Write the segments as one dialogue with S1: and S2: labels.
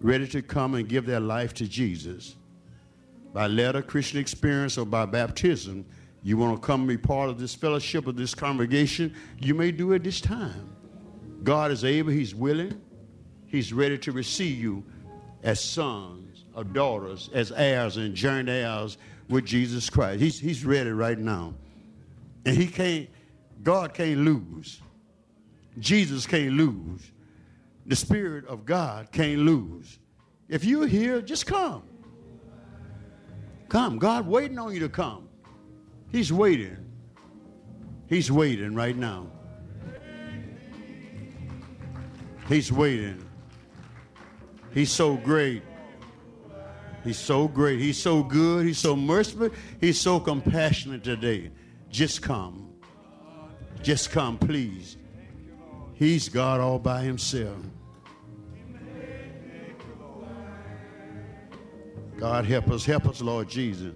S1: ready to come and give their life to Jesus by letter, Christian experience, or by baptism, you want to come be part of this fellowship of this congregation, you may do it this time. God is able, He's willing, He's ready to receive you as sons or daughters, as heirs and joint heirs with Jesus Christ. He's, he's ready right now. And He can't, God can't lose. Jesus can't lose. The Spirit of God can't lose. If you're here, just come. Come. God waiting on you to come. He's waiting. He's waiting right now. He's waiting. He's so great. He's so great. He's so good. He's so merciful. He's so compassionate today. Just come. Just come, please. He's God all by himself. God, help us. Help us, Lord Jesus.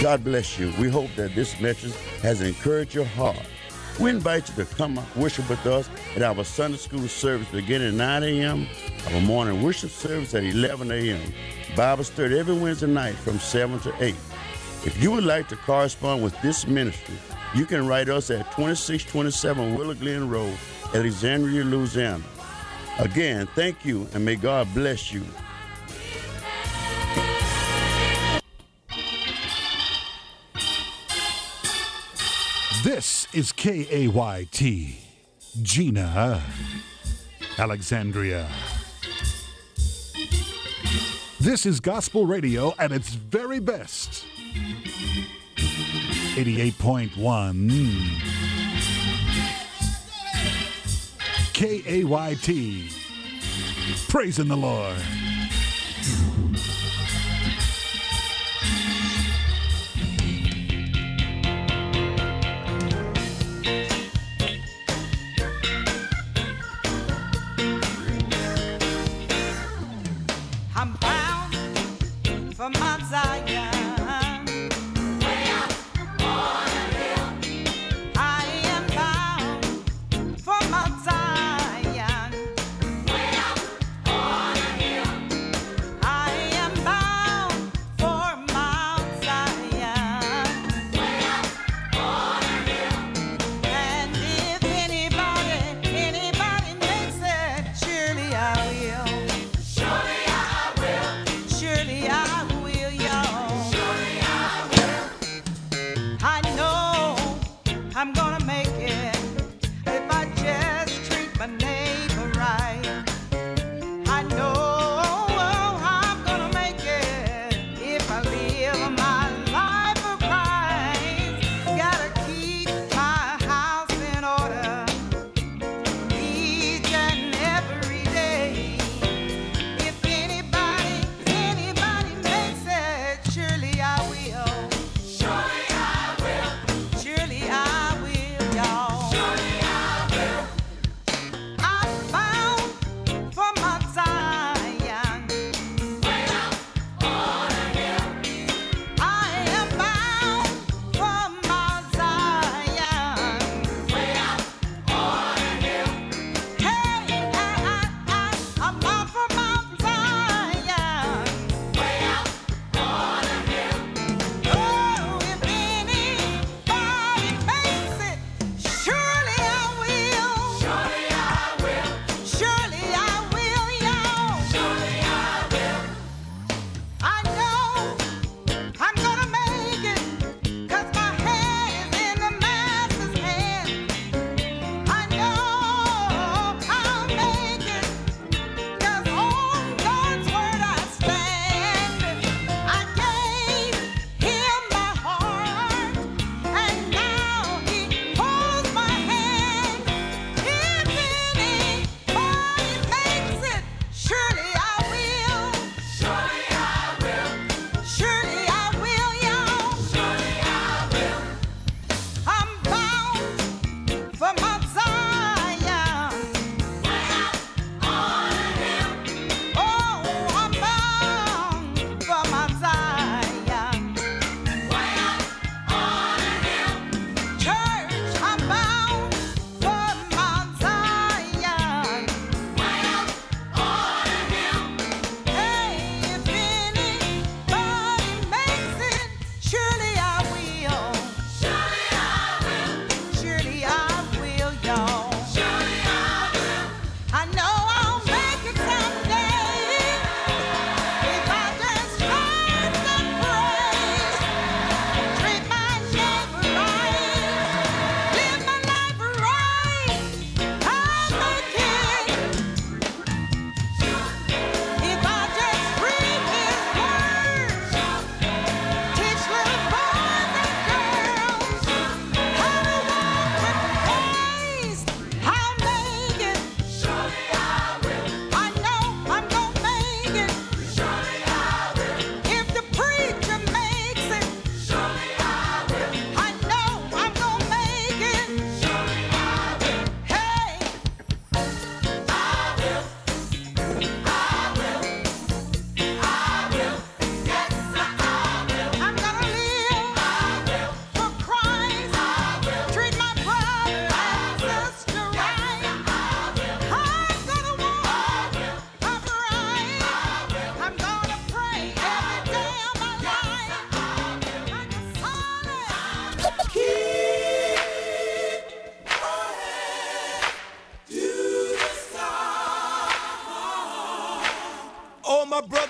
S2: God bless you. We hope that this message has encouraged your heart. We invite you to come worship with us at our Sunday school service beginning at 9 a.m., our morning worship service at 11 a.m., Bible study every Wednesday night from 7 to 8. If you would like to correspond with this ministry, you can write us at 2627 Willow Glen Road, Alexandria, Louisiana. Again, thank you and may God bless you.
S3: This is KAYT, Gina, Alexandria. This is gospel radio at its very best. 88.1 KAYT, praising the Lord.
S4: I'm bound for Mount Zion. Way up, boy.
S5: oh,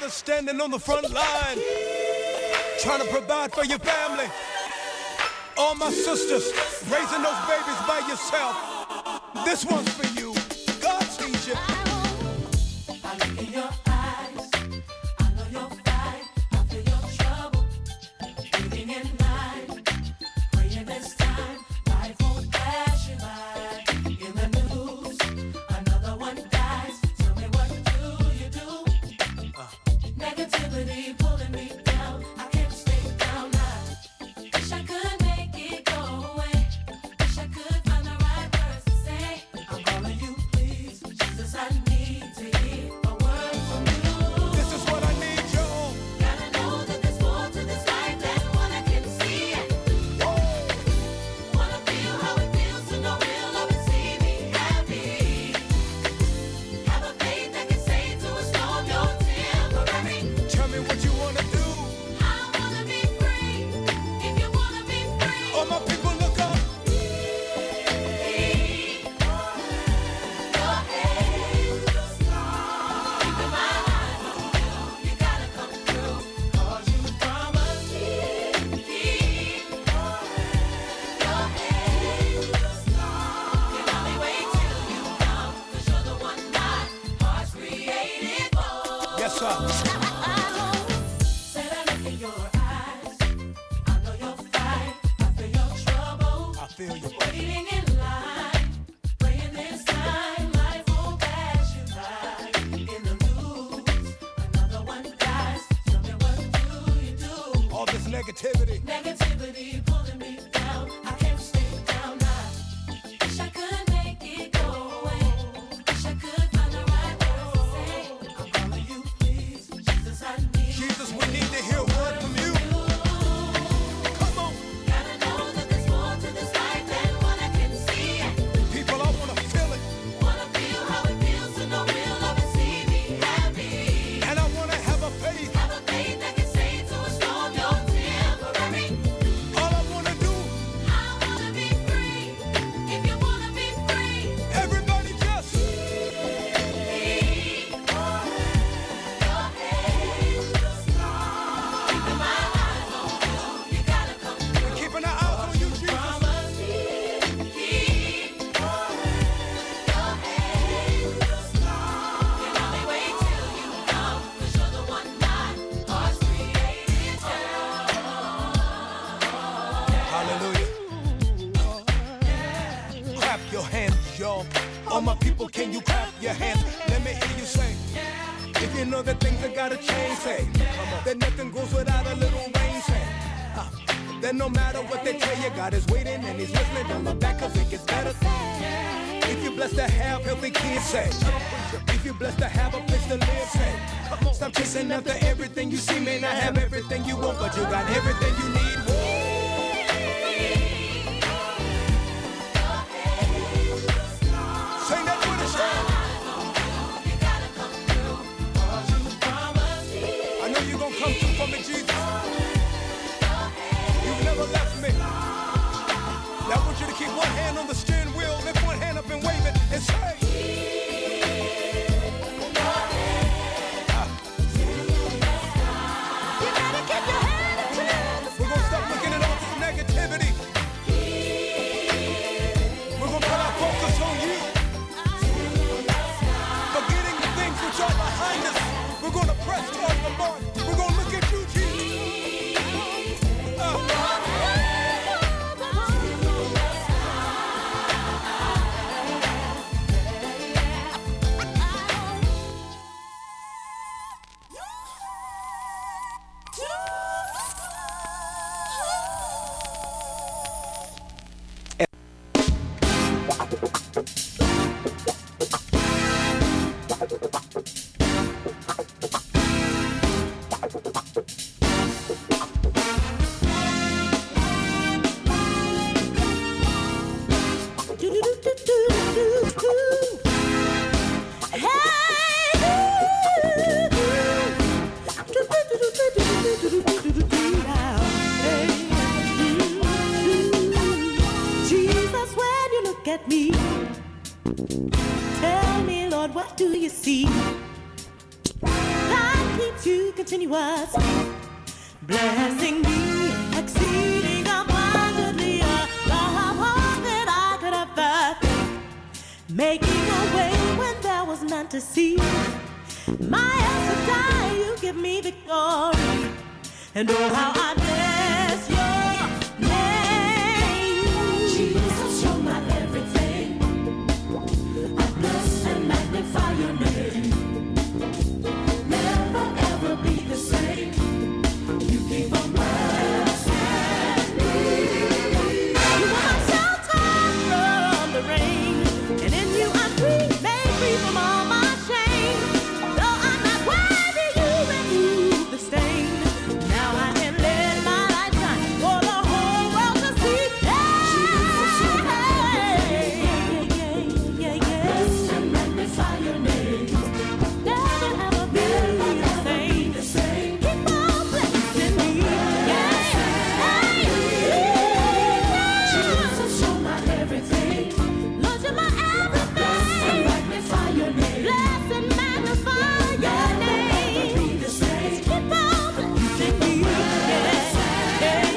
S6: standing on the front line, trying to provide for your family. All my sisters, raising those babies by yourself. This one's for you. God's teacher.
S7: I look in your eyes. I know you're fine. I feel your trouble. Living in mine. Praying this time. Life won't pass you by. In the news, another one dies. Tell me what do you do? Negativity pulling me down. I can't stay down now. Wish I could make it go away. Wish I could find the right words to say. I'm calling you, please. Jesus, I need to hear a word from you.
S6: This is what I need, y'all.
S7: Gotta know that there's more to this life than what I can see. Wanna feel how it feels to know real love and see me happy. Have a faith that can say to a storm, you're temporary.
S6: Tell me what you wanna do.
S7: I wanna be free. If you wanna be free.
S6: All my people, look up. Yes, sir.
S7: Said I look in your eyes. I know you're fine. I feel your trouble.
S6: I feel you.
S7: Waiting in line, praying this time life will pass you by. In the news, another one dies. Tell me what do you do?
S6: All this negativity.
S7: Negativity pulling me down. I can't stay down now. Wish I could make it go away. Wish I could find the right words to say. I'm calling you, please, Jesus, I need you.
S6: Jesus, we need to hear a word from you. Come on,
S7: Gotta know that there's more to this life than what I can see.
S6: people, I wanna feel it.
S7: Wanna feel how it feels to know real love and see me happy.
S6: And I wanna have a faith.
S7: Have a faith that can say to a storm, you're temporary.
S6: All I wanna do,
S7: I wanna be free. If you wanna be free,
S6: everybody just.
S7: leave your head. Keeping my eyes on you, you gotta come through.
S6: Keeping our eyes on you, Jesus.
S7: Promise, keep your head. Can only wait till you come, 'cause you're the one my heart's created for.
S6: Hallelujah. Clap your hands, y'all. All my people, can you clap your hands? Let me hear you say. If you know that things have gotta change, say. That nothing grows without a little rain, say. Uh, That no matter what they tell you, God is waiting and he's listening on the back cause it gets better. If you're blessed to have healthy kids, say. If you're blessed to have a place to live, say. Stop chasing after everything you see. May not have everything you want, but you got everything you need. Woo! Sing that with us, y'all.
S7: You gotta come through, 'cause you promised me.
S6: I know you're gonna come through for me, Jesus. You've never left me. Now I want you to keep one hand on the steering wheel, lift one hand up and wave it and say,
S7: You gotta keep your head up to the
S6: We're gonna stop looking at all this negativity. We're gonna put our focus on you. Forgetting the things which are behind us. We're gonna press toward the mark. We're gonna look at you, Jesus. Uh,
S5: Jesus, when you look at me, tell me, Lord, what do you see? I keeps you continuous. Blessing me, exceeding abundantly above all that I could ever think. Making a way when there was none to see. My answer die, you give me victory. And oh, how I bless your name.
S8: Jesus, you're my everything. I bless and magnify your name. Never ever be the same. You keep on blessing me.
S5: You are my shelter from the rain, and in you I'm free, made free from all my shame. Though I'm not worthy, you remove the stain. Now I am led my life for the whole world to see. Yeah, yeah, yeah, yeah,
S8: Bless and magnify your name.
S5: Never ever be the same.
S8: The same.
S5: Keep on blessing me. Yeah,
S8: Jesus, you're my everything.
S5: Lord, you're my
S8: Bless and
S5: everything.
S8: magnify your name.
S5: Bless and magnify your name.
S8: Be the same.
S5: Keep on blessing me. Yeah,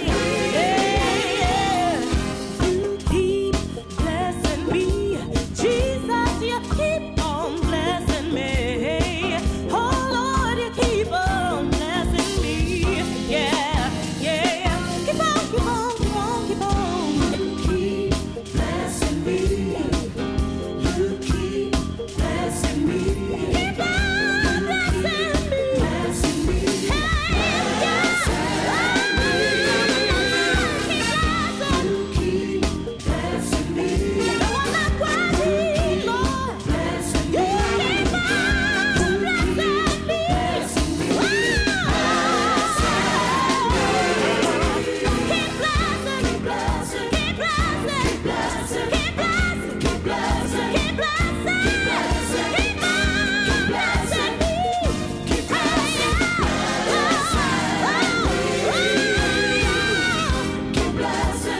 S5: yeah, yeah. You keep blessing me. Jesus, you keep on blessing me. Oh, Lord, you keep on blessing me. Yeah, yeah. Keep on, keep on, keep on, keep on.
S8: Keep blessing me. You keep blessing me.
S5: Keep on blessing me.
S8: Blessing me. You keep blessing me. Blessing me. Keep blessing.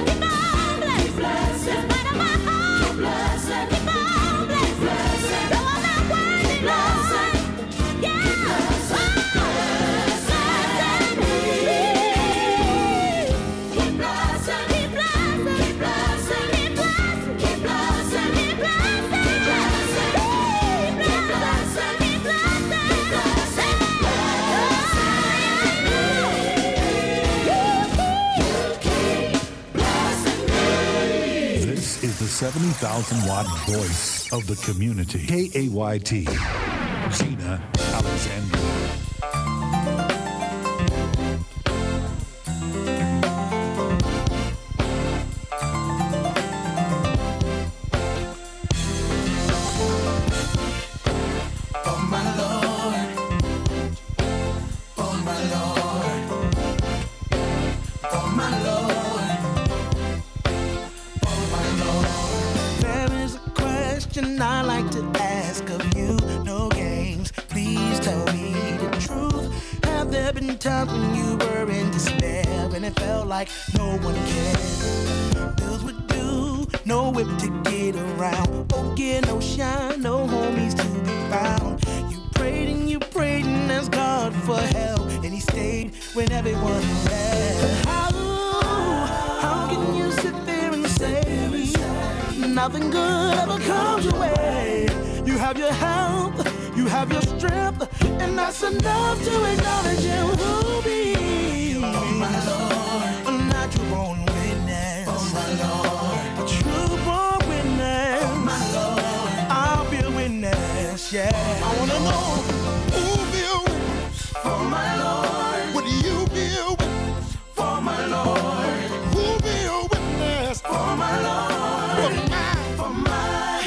S3: This is the 70,000 watt voice of the community. K A Y T. Gina Alexander.
S9: Oh my lord, oh my lord, oh my lord, oh my lord. There is a question I like to ask of you. No games, please tell me the truth. Have there been times when you were in despair when it felt like no one cared? Bills would do, no whip to get around. Oh yeah, no shine, no homies to be found. You prayed and you prayed and asked God for help, and He stayed when everyone left. How, how can you sit there and say nothing good ever comes your way? You have your health, you have your strength, and that's enough to acknowledge you will be. Oh my Lord, a natural born witness. Oh my Lord, a true born witness. Oh my Lord, I'll be a witness. Yeah, I wanna know who be a witness for my Lord. Would you be a witness for my Lord? Who be a witness for my Lord? For my, for my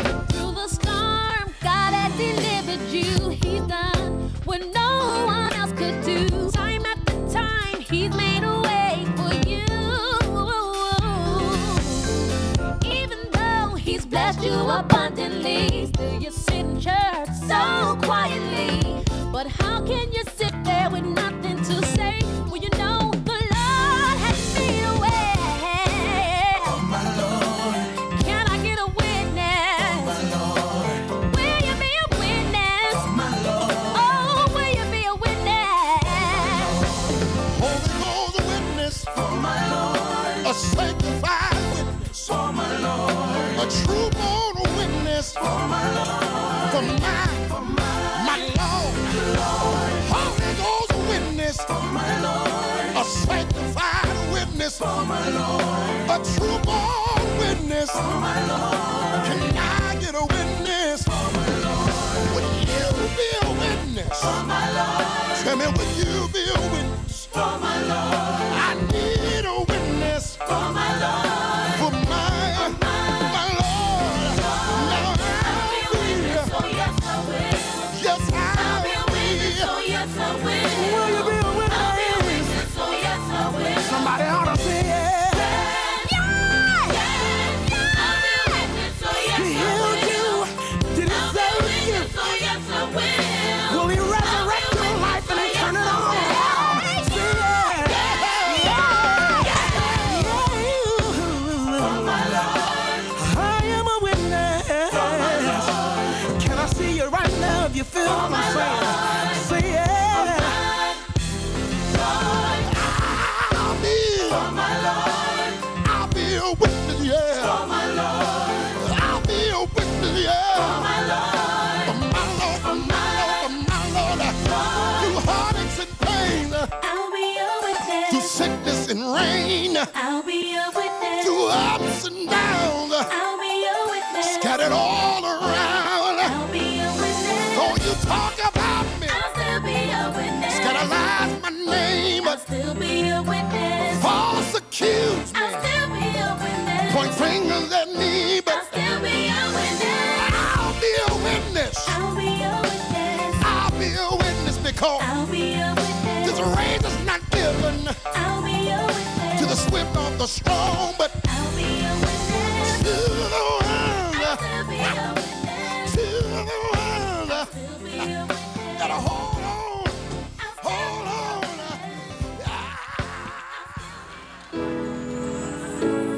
S9: Lord.
S7: Through the storm, God has delivered you. He's done what no one else could do. Time after time, He's made a way for you. Even though He's blessed you abundantly, still you sit in church so quietly. But how can you sit there with nothing to say when you know the Lord has made a way? Can I get a witness? Will you be a witness? Oh,
S6: a sanctified witness. For my Lord. A true born witness. For my Lord. For my, for my, my Lord. Lord. Holy Ghost witness. For my Lord. A sanctified witness. For my Lord. A true born witness. For Oh, my Lord. Can I get a witness? For my Lord. Would you be a witness? For my Lord. Tell me, would you be a witness? For my Lord. I need a witness. For my Lord. For my, my Lord. Now I'll be
S7: Oh, yes, I will.
S6: Yes, I'll
S7: Be a witness. Oh, yes, I will.
S6: Will you be a
S7: I'll be a
S6: witness?
S7: witness. Oh, yes, I will.
S6: Somebody ought to say
S7: Yeah,
S6: it.
S7: yeah, yeah. I'll be a witness. Oh, yes,
S6: He
S7: I will.
S6: healed you. Did he
S7: I'll be a
S6: save you?
S7: witness. Oh, yes, I will.
S6: Will he resurrect your
S7: oh
S6: life and turn it on? Say it. Yeah. I am a witness. Can I see you right now if you feel what I'm saying? Say it. I'll be, I'll be a witness, yeah. I'll be a witness, yeah. For my Lord, for my Lord, for my Lord. Through heartaches and pain,
S7: I'll be a
S6: through
S7: witness.
S6: sickness and rain,
S7: I'll be a witness.
S6: through ups and downs.
S7: I'll be a witness.
S6: Got it all around.
S7: I'll be a witness.
S6: Oh, you talk about me.
S7: I'll still be a witness.
S6: Scandalize my name.
S7: I'll still be a witness.
S6: False accuse me.
S7: I'll still be a witness.
S6: Point fingers at me,
S7: I'll
S6: but Ah.
S7: still be a witness.
S6: I'll be a witness.
S7: I'll be a witness.
S6: I'll be a witness because
S7: I'll be a
S6: this
S7: witness.
S6: race is not given to
S7: I'll be a
S6: the
S7: witness.
S6: swift or the strong, but
S7: I'll be a
S6: to
S7: witness.
S6: the
S7: I'll
S6: one,
S7: still be a witness.
S6: to the one.
S7: I'll be a witness.
S6: Gotta hold on, hold on. Ah.
S5: Mm, Oh,